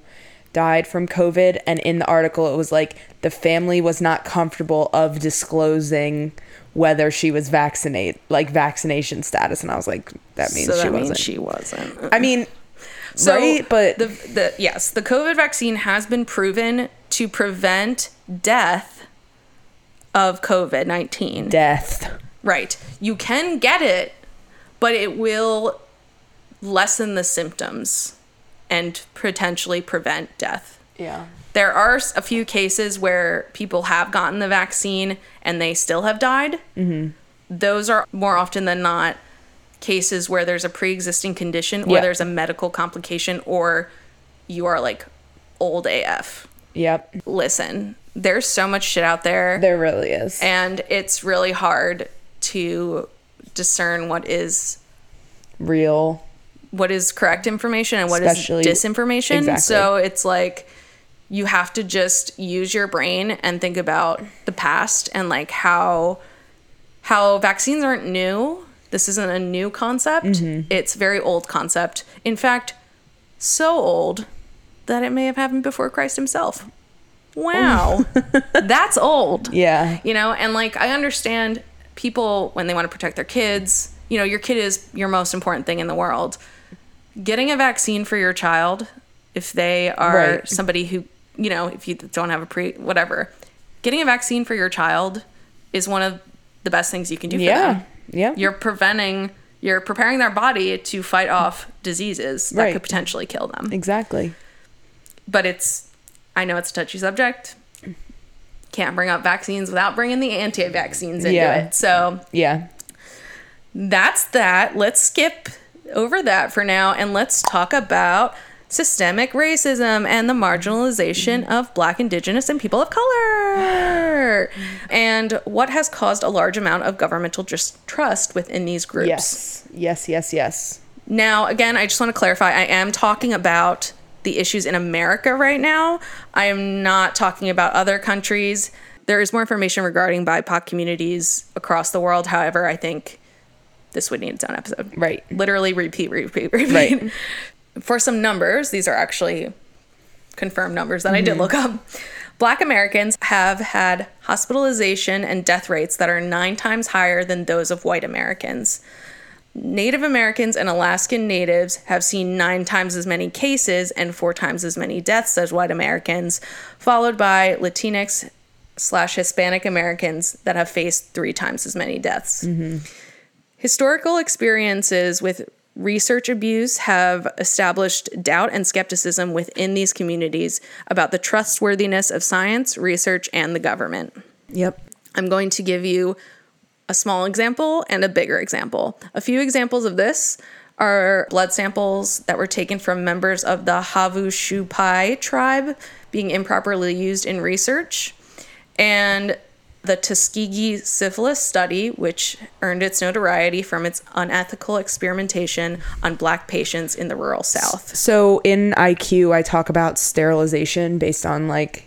Speaker 2: died from COVID and in the article it was like the family was not comfortable of disclosing whether she was vaccinate like vaccination status and I was like that means
Speaker 1: so
Speaker 2: she
Speaker 1: that means
Speaker 2: wasn't.
Speaker 1: she wasn't
Speaker 2: I mean
Speaker 1: So
Speaker 2: right but
Speaker 1: the the yes, the COVID vaccine has been proven to prevent death of COVID nineteen.
Speaker 2: death
Speaker 1: Right. You can get it, but it will lessen the symptoms and potentially prevent death.
Speaker 2: yeah
Speaker 1: There are s- a few cases where people have gotten the vaccine and they still have died. Those are more often than not cases where there's a pre existing condition or
Speaker 2: Yeah.
Speaker 1: there's a medical complication or you are like old AF.
Speaker 2: yep
Speaker 1: Listen, there's so much shit out there
Speaker 2: there really is
Speaker 1: and it's really hard to discern what is
Speaker 2: real
Speaker 1: what is correct information and what is
Speaker 2: Especially-
Speaker 1: disinformation
Speaker 2: exactly.
Speaker 1: so it's like you have to just use your brain and think about the past and like how how vaccines aren't new. This isn't a new concept.
Speaker 2: Mm-hmm.
Speaker 1: It's a very old concept. In fact, so old that it may have happened before Christ himself. Wow. That's old.
Speaker 2: Oh. Yeah.
Speaker 1: You know, and like I understand people when they want to protect their kids, you know, your kid is your most important thing in the world. Getting a vaccine for your child, if they are
Speaker 2: Right.
Speaker 1: somebody who, you know, if you don't have a pre whatever, getting a vaccine for your child is one of the best things you can do for
Speaker 2: Yeah.
Speaker 1: them.
Speaker 2: Yeah.
Speaker 1: You're preventing you're preparing their body to fight off diseases that
Speaker 2: Right.
Speaker 1: could potentially kill them
Speaker 2: exactly.
Speaker 1: but it's I know it's a touchy subject. Can't bring up vaccines without bringing the anti-vaccines into
Speaker 2: Yeah.
Speaker 1: it. So
Speaker 2: Yeah.
Speaker 1: that's that. Let's skip over that for now and let's talk about systemic racism and the marginalization of black indigenous and people of color and what has caused a large amount of governmental distrust within these groups.
Speaker 2: Yes. Yes, yes, yes.
Speaker 1: Now, again, I just want to clarify I am talking about the issues in America right now. I am not talking about other countries. There is more information regarding BIPOC communities across the world. However, I think this would need its own episode.
Speaker 2: Right.
Speaker 1: Literally repeat, repeat, repeat.
Speaker 2: Right.
Speaker 1: For some numbers, these are actually confirmed numbers that I did look up. Black Americans have had hospitalization and death rates that are nine times higher than those of white Americans. Native Americans and Alaskan Natives have seen nine times as many cases and four times as many deaths as white Americans, followed by Latinx slash Hispanic Americans that have faced three times as many deaths. Historical experiences with research abuse have established doubt and skepticism within these communities about the trustworthiness of science, research, and the government.
Speaker 2: Yep.
Speaker 1: I'm going to give you a small example and a bigger example. A few examples of this are blood samples that were taken from members of the Havushupai tribe being improperly used in research, and the Tuskegee syphilis study, which earned its notoriety from its unethical experimentation on black patients in the rural South.
Speaker 2: So in IQ, I talk about sterilization based on like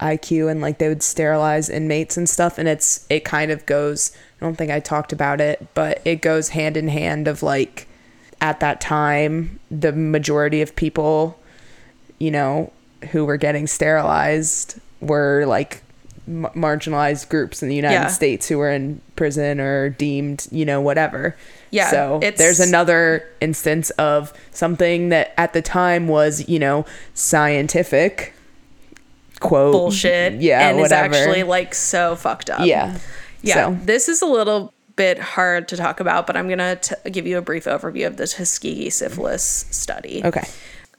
Speaker 2: IQ and like they would sterilize inmates and stuff. And it's, it kind of goes, I don't think I talked about it, but it goes hand in hand of like at that time, the majority of people, you know, who were getting sterilized were like m- marginalized groups in the United
Speaker 1: Yeah.
Speaker 2: States who were in prison or deemed, you know, whatever.
Speaker 1: Yeah,
Speaker 2: So
Speaker 1: it's-
Speaker 2: there's another instance of something that at the time was, you know, scientific quote
Speaker 1: Bullshit.
Speaker 2: Yeah,
Speaker 1: and
Speaker 2: whatever.
Speaker 1: is actually like so fucked up.
Speaker 2: yeah.
Speaker 1: Yeah,
Speaker 2: So,
Speaker 1: this is a little bit hard to talk about, but I'm going to give you a brief overview of the Tuskegee syphilis study.
Speaker 2: okay.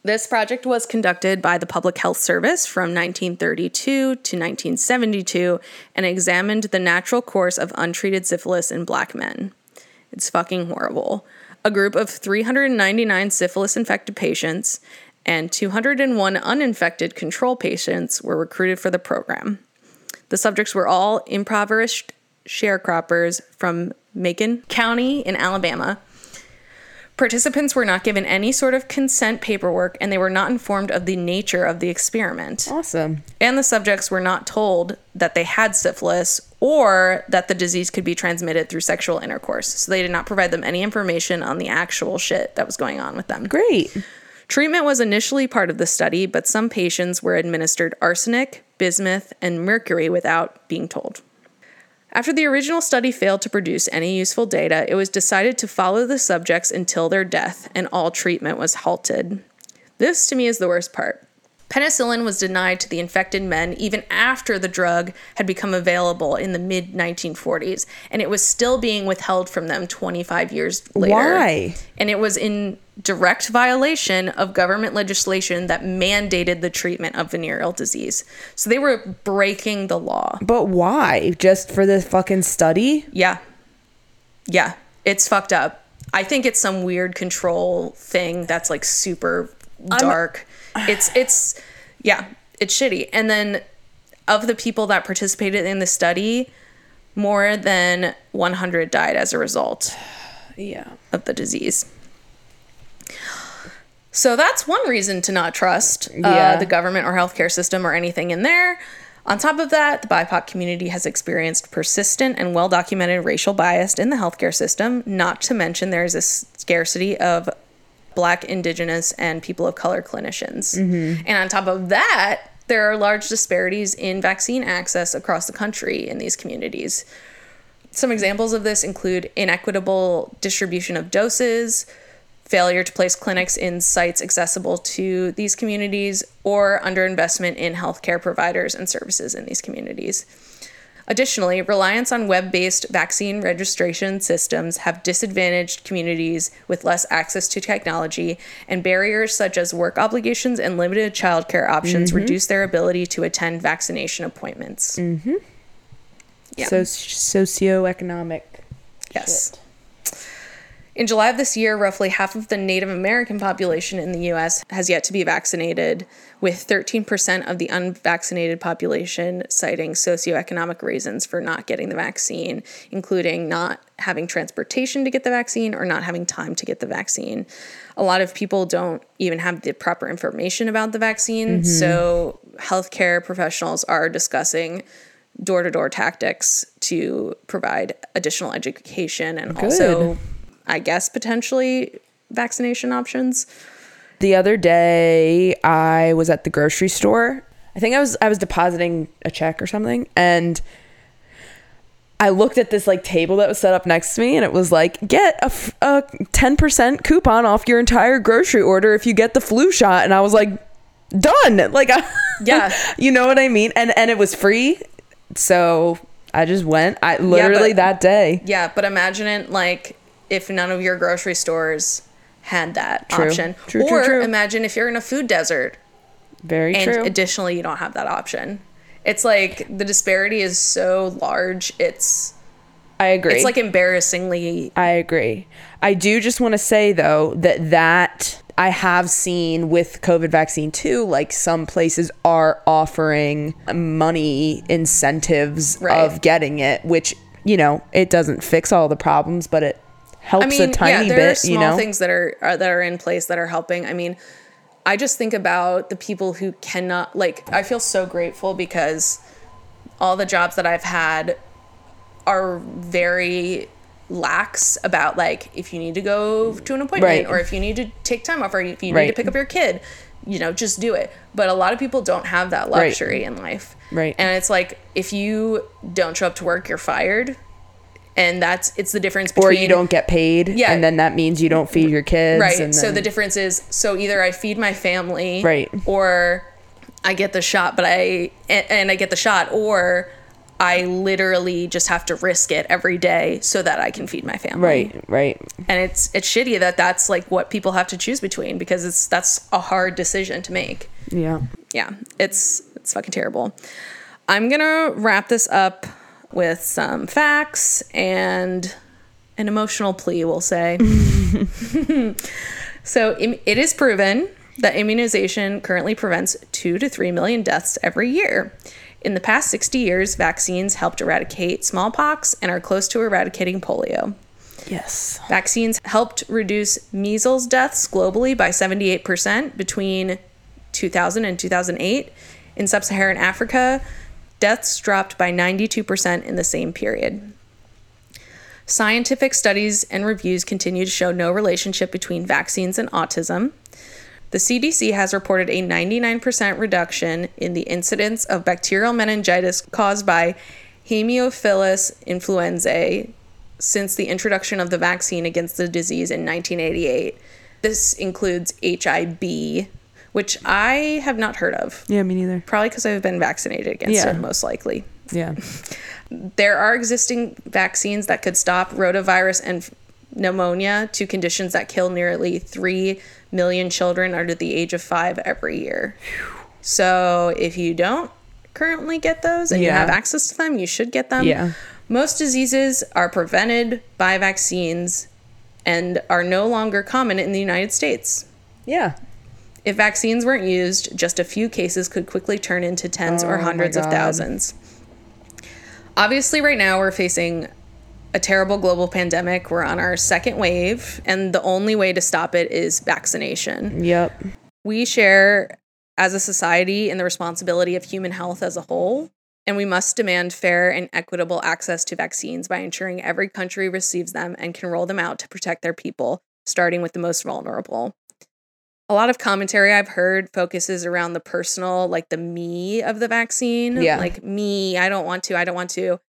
Speaker 1: This project was conducted by the Public Health Service from 1932 to 1972 and examined the natural course of untreated syphilis in black men. It's fucking horrible. A group of 399 syphilis infected patients and 201 uninfected control patients were recruited for the program. The subjects were all impoverished sharecroppers from Macon County in Alabama. Participants were not given any sort of consent paperwork and they were not informed of the nature of the experiment.
Speaker 2: Awesome.
Speaker 1: And the subjects were not told that they had syphilis or that the disease could be transmitted through sexual intercourse. So they did not provide them any information on the actual shit that was going on with them.
Speaker 2: Great.
Speaker 1: Treatment was initially part of the study, but some patients were administered arsenic, bismuth, and mercury without being told. After the original study failed to produce any useful data, it was decided to follow the subjects until their death and all treatment was halted. This, to me, is the worst part. Penicillin was denied to the infected men even after the drug had become available in the mid 1940s, and it was still being withheld from them 25 years later.
Speaker 2: Why?
Speaker 1: And it was in direct violation of government legislation that mandated the treatment of venereal disease. So they were breaking the law.
Speaker 2: But why? Just for the fucking study?
Speaker 1: Yeah. Yeah. It's fucked up. I think it's some weird control thing that's like super dark. it's it's yeah, it's shitty. And then of the people that participated in the study, more than 100 died as a result
Speaker 2: Yeah.
Speaker 1: of the disease. So that's one reason to uh, not trust uh,
Speaker 2: Yeah.
Speaker 1: the government or healthcare system or anything in there. On top of that, the BIPOC community has experienced persistent and well documented racial bias in the healthcare system, not to mention there is a scarcity of black, indigenous, and people of color clinicians. And on top of that, there are large disparities in vaccine access across the country in these communities. Some examples of this include inequitable distribution of doses, failure to place clinics in sites accessible to these communities, or underinvestment in healthcare providers and services in these communities. Additionally, reliance on web based vaccine registration systems have disadvantaged communities with less access to technology, and barriers such as work obligations and limited childcare options reduce their ability to attend vaccination appointments. Yeah.
Speaker 2: So socioeconomic.
Speaker 1: Yes.
Speaker 2: shit.
Speaker 1: In July of this year, roughly half of the Native American population in the US has yet to be vaccinated, with 13% of the unvaccinated population citing socioeconomic reasons for not getting the vaccine, including not having transportation to get the vaccine or not having time to get the vaccine. A lot of people don't even have the proper information about the vaccine, so healthcare professionals are discussing door to door tactics to provide additional education and also, I guess, potentially vaccination options.
Speaker 2: The other day, I was at the grocery store. I think I was I was depositing a check or something, and I looked at this like table that was set up next to me, and it was like, get a ten percent coupon off your entire grocery order if you get the flu shot, and I was like, done. Like, I,
Speaker 1: Yeah.
Speaker 2: you know what I mean. And and it was free, so I just went. I literally that day.
Speaker 1: Yeah, but imagine it like if none of your grocery stores had that
Speaker 2: True.
Speaker 1: option.
Speaker 2: True, true,
Speaker 1: or
Speaker 2: true.
Speaker 1: imagine if you're in a food desert
Speaker 2: Very
Speaker 1: and
Speaker 2: true.
Speaker 1: additionally you don't have that option. It's like the disparity is so large. It's
Speaker 2: I agree.
Speaker 1: it's like embarrassingly
Speaker 2: I agree. I do just want to say though that that I have seen with COVID vaccine too, like some places are offering money incentives
Speaker 1: Right.
Speaker 2: of getting it, which you know it doesn't fix all the problems, but it helps a tiny
Speaker 1: there are
Speaker 2: bit.
Speaker 1: small
Speaker 2: You know,
Speaker 1: things that are, are that are in place that are helping. I mean, I just think about the people who cannot like. I feel so grateful because all the jobs that I've had are very lax about like if you need to go to an appointment
Speaker 2: Right.
Speaker 1: or if you need to take time off or if you need to
Speaker 2: Right.
Speaker 1: pick up your kid, you know, just do it. But a lot of people don't have that
Speaker 2: Right.
Speaker 1: luxury in life.
Speaker 2: Right.
Speaker 1: And it's like if you don't show up to work, you're fired. And that's it's the difference between
Speaker 2: or you don't get paid,
Speaker 1: Yeah.
Speaker 2: and then that means you don't feed your kids,
Speaker 1: right
Speaker 2: And
Speaker 1: so the
Speaker 2: then-
Speaker 1: difference is so either i feed my family
Speaker 2: Right.
Speaker 1: or i get the shot but i and, and i get the shot or i literally just have to risk it every day so that i can feed my family
Speaker 2: right, right,
Speaker 1: and it's it's shitty that that's like what people have to choose between because it's that's a hard decision to make
Speaker 2: yeah.
Speaker 1: yeah, it's it's fucking terrible. I'm gonna wrap this up with some facts and an emotional plea, we'll say. so im- it is proven that immunization currently prevents two to three million deaths every year. In the past 60 years, vaccines helped eradicate smallpox and are close to eradicating polio.
Speaker 2: Yes.
Speaker 1: Vaccines helped reduce measles deaths globally by 78% between 2000 and 2008. In sub Saharan Africa, deaths dropped by 92% in the same period. Scientific studies and reviews continue to show no relationship between vaccines and autism. The CDC has reported a 99% reduction in the incidence of bacterial meningitis caused by Haemophilus influenzae since the introduction of the vaccine against the disease in 1988. This includes HIB, which I have not heard of,
Speaker 2: Yeah, me neither.
Speaker 1: probably because I've been vaccinated against
Speaker 2: Yeah.
Speaker 1: it, most likely
Speaker 2: Yeah.
Speaker 1: there are existing vaccines that could stop rotavirus and f- pneumonia, two conditions that kill nearly 3 million children under the age of 5 every year. So, if you don't currently get those and you
Speaker 2: Yeah.
Speaker 1: have access to them, you should get them.
Speaker 2: Yeah.
Speaker 1: Most diseases are prevented by vaccines and are no longer common in the United States.
Speaker 2: Yeah.
Speaker 1: If vaccines weren't used, just a few cases could quickly turn into tens or
Speaker 2: Oh my
Speaker 1: hundreds of
Speaker 2: God.
Speaker 1: thousands. Obviously, right now we're facing a terrible global pandemic. We're on our second wave, and the only way to stop it is vaccination.
Speaker 2: Yep.
Speaker 1: We share as a society in the responsibility of human health as a whole. and we must demand fair and equitable access to vaccines by ensuring every country receives them and can roll them out to protect their people, starting with the most vulnerable. A lot of commentary I've heard focuses around the personal, like the me of the vaccine.
Speaker 2: Yeah.
Speaker 1: Like, me, I don't want to, I don't want to.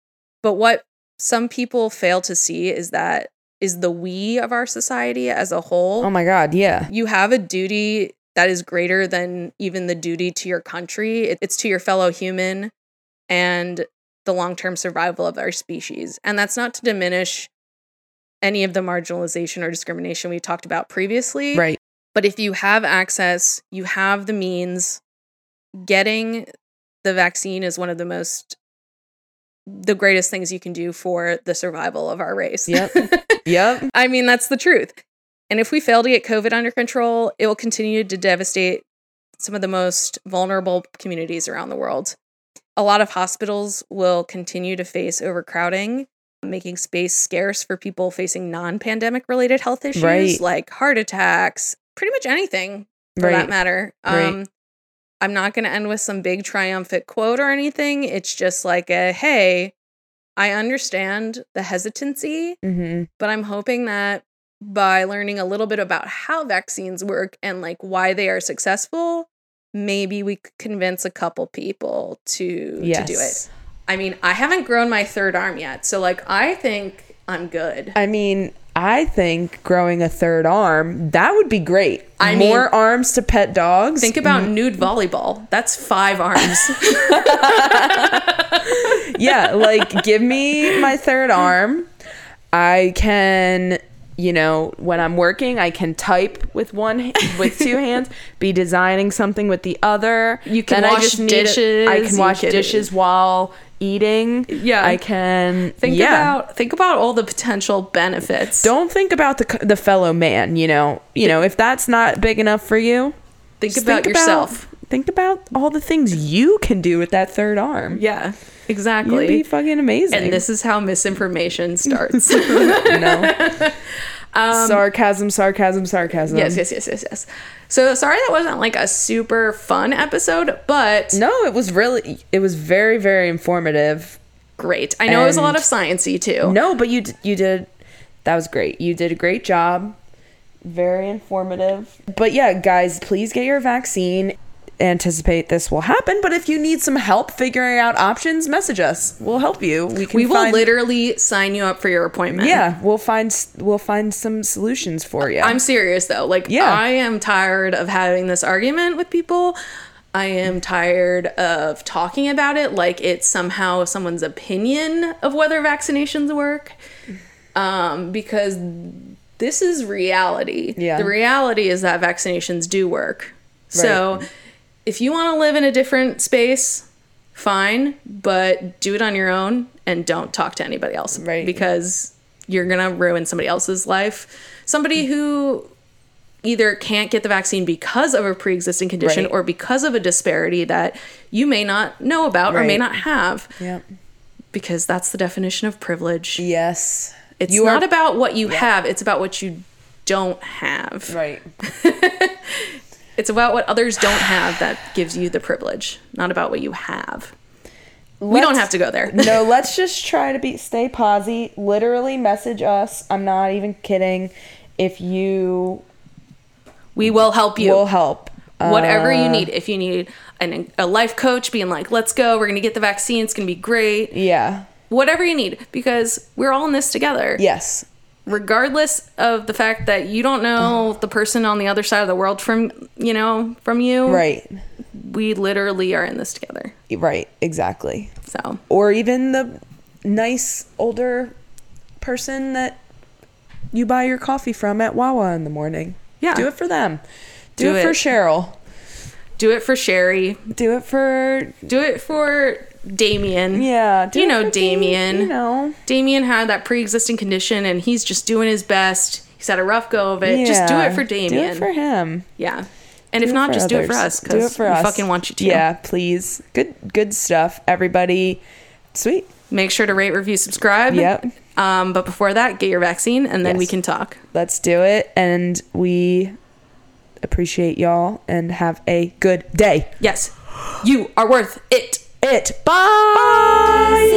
Speaker 1: But what some people fail to see is that is the we of our society as a whole
Speaker 2: Oh my God. Yeah.
Speaker 1: you have a duty that is greater than even the duty to your country. It- It's to your fellow human and the long term survival of our species. And that's not to diminish any of the marginalization or discrimination we talked about previously.
Speaker 2: Right.
Speaker 1: But if you have access, you have the means, getting the vaccine is one of the most, the greatest things you can do for the survival of our race.
Speaker 2: Yep. Yep.
Speaker 1: I mean, that's the truth. And if we fail to get COVID under control, it will continue to devastate some of the most vulnerable communities around the world. A lot of hospitals will continue to face overcrowding, making space scarce for people facing non pandemic related health issues
Speaker 2: Right.
Speaker 1: like heart attacks, pretty much anything for that
Speaker 2: Right.
Speaker 1: matter.
Speaker 2: Right.
Speaker 1: Um, I'm not going to end with some big triumphant quote or anything. It's just like a hey, I understand the hesitancy
Speaker 2: hmm
Speaker 1: but I'm hoping that by learning a little bit about how vaccines work and like why they are successful, maybe we could convince a couple people to
Speaker 2: Yes.
Speaker 1: to do it. I mean, I haven't grown my third arm yet, so like I think I'm good.
Speaker 2: I mean, I think growing a third arm, that would be great.
Speaker 1: I mean-
Speaker 2: More arms to pet dogs.
Speaker 1: Think about nude volleyball. That's five arms.
Speaker 2: yeah, like give me my third arm. I can, you know, when I'm working, I can type with one with two hands, be designing something with the other.
Speaker 1: You can
Speaker 2: I
Speaker 1: wash
Speaker 2: need a- I
Speaker 1: dishes,
Speaker 2: can
Speaker 1: you
Speaker 2: wash
Speaker 1: can-
Speaker 2: dishes while eating.
Speaker 1: Yeah.
Speaker 2: I can
Speaker 1: think
Speaker 2: yeah.
Speaker 1: about think about all the potential benefits.
Speaker 2: don't think about the the fellow man, you know. You know, if that's not big enough for you,
Speaker 1: think
Speaker 2: just
Speaker 1: about yourself.
Speaker 2: think about all the things you can do with that third arm.
Speaker 1: yeah, exactly.
Speaker 2: You'd be fucking amazing.
Speaker 1: and this is how misinformation starts.
Speaker 2: you know? sarcasm, sarcasm, sarcasm.
Speaker 1: Um, Yes, yes, yes, yes, yes. So sorry that wasn't like a super fun episode, but
Speaker 2: No, it was really, it was very, very informative.
Speaker 1: great. I know it was a lot
Speaker 2: And-
Speaker 1: of sciency too.
Speaker 2: No, but you, d- you did, that was great. You did a great job. Very informative. But yeah, guys, please get your vaccine. Anticipate this will happen, but if you need some help figuring out options, message us. We'll help you. We can
Speaker 1: we will
Speaker 2: find,
Speaker 1: literally sign you up for your appointment.
Speaker 2: Yeah, we'll find s- we'll find some solutions for you.
Speaker 1: I'm serious though. Like
Speaker 2: Yeah.
Speaker 1: I am tired of having this argument with people. I am tired of talking about it like it's somehow someone's opinion of whether vaccinations work. Um, because this is reality.
Speaker 2: Yeah.
Speaker 1: The reality is that vaccinations do work. So if you want to live in a different space, fine, but do it on your own and don't talk to anybody else.
Speaker 2: Right.
Speaker 1: Because you're going to ruin somebody else's life. Somebody who either can't get the vaccine because of a pre existing condition
Speaker 2: Right.
Speaker 1: or because of a disparity that you may not know about or may
Speaker 2: Right.
Speaker 1: not have,
Speaker 2: Yep.
Speaker 1: because that's the definition of privilege.
Speaker 2: Yes.
Speaker 1: It's
Speaker 2: You are-
Speaker 1: not about what you have, it's about what you don't have.
Speaker 2: Right.
Speaker 1: It's about what others don't have that gives you the privilege, not about what you have. we don't
Speaker 2: Let's-
Speaker 1: have to go there.
Speaker 2: no, let's just try to be stay posy. Literally message us. I'm not even kidding. If you
Speaker 1: We will help you.
Speaker 2: will help.
Speaker 1: Whatever
Speaker 2: Uh,
Speaker 1: you need. If you need an, a life coach being like, let's go, we're going to get the vaccine, it's going to be great.
Speaker 2: Yeah.
Speaker 1: Whatever you need, because we're all in this together.
Speaker 2: Yes.
Speaker 1: Regardless of the fact that you don't know
Speaker 2: Uh-huh.
Speaker 1: the person on the other side of the world from, you know, from you,
Speaker 2: Right.
Speaker 1: we literally are in this together.
Speaker 2: Right. Exactly.
Speaker 1: So,
Speaker 2: Or even the nice older person that you buy your coffee from at Wawa in the morning.
Speaker 1: Yeah.
Speaker 2: Do it for them. Do,
Speaker 1: Do
Speaker 2: it, for
Speaker 1: it.
Speaker 2: Cheryl.
Speaker 1: do it for Sherry.
Speaker 2: Do it for
Speaker 1: Do it for Damien.
Speaker 2: yeah. Do
Speaker 1: You
Speaker 2: it
Speaker 1: know
Speaker 2: for Dee,
Speaker 1: Damien.
Speaker 2: You know.
Speaker 1: Damien had that pre-existing condition and he's just doing his best. He's had a rough go of it. Just do it for
Speaker 2: Do
Speaker 1: Damien.
Speaker 2: it for him.
Speaker 1: yeah. And if
Speaker 2: Do it
Speaker 1: not,
Speaker 2: for
Speaker 1: just do it for
Speaker 2: others.
Speaker 1: us
Speaker 2: Do it
Speaker 1: because
Speaker 2: for
Speaker 1: we
Speaker 2: us.
Speaker 1: fucking want you to.
Speaker 2: Yeah, please. Good, good stuff. Everybody, sweet.
Speaker 1: Make sure to rate, review, subscribe.
Speaker 2: Yep.
Speaker 1: Um, but before that, get your vaccine and then we
Speaker 2: Yes.
Speaker 1: can talk.
Speaker 2: Let's do it. And we appreciate y'all. And have a good day.
Speaker 1: Yes. You are worth it.
Speaker 2: It. Bye. Bye.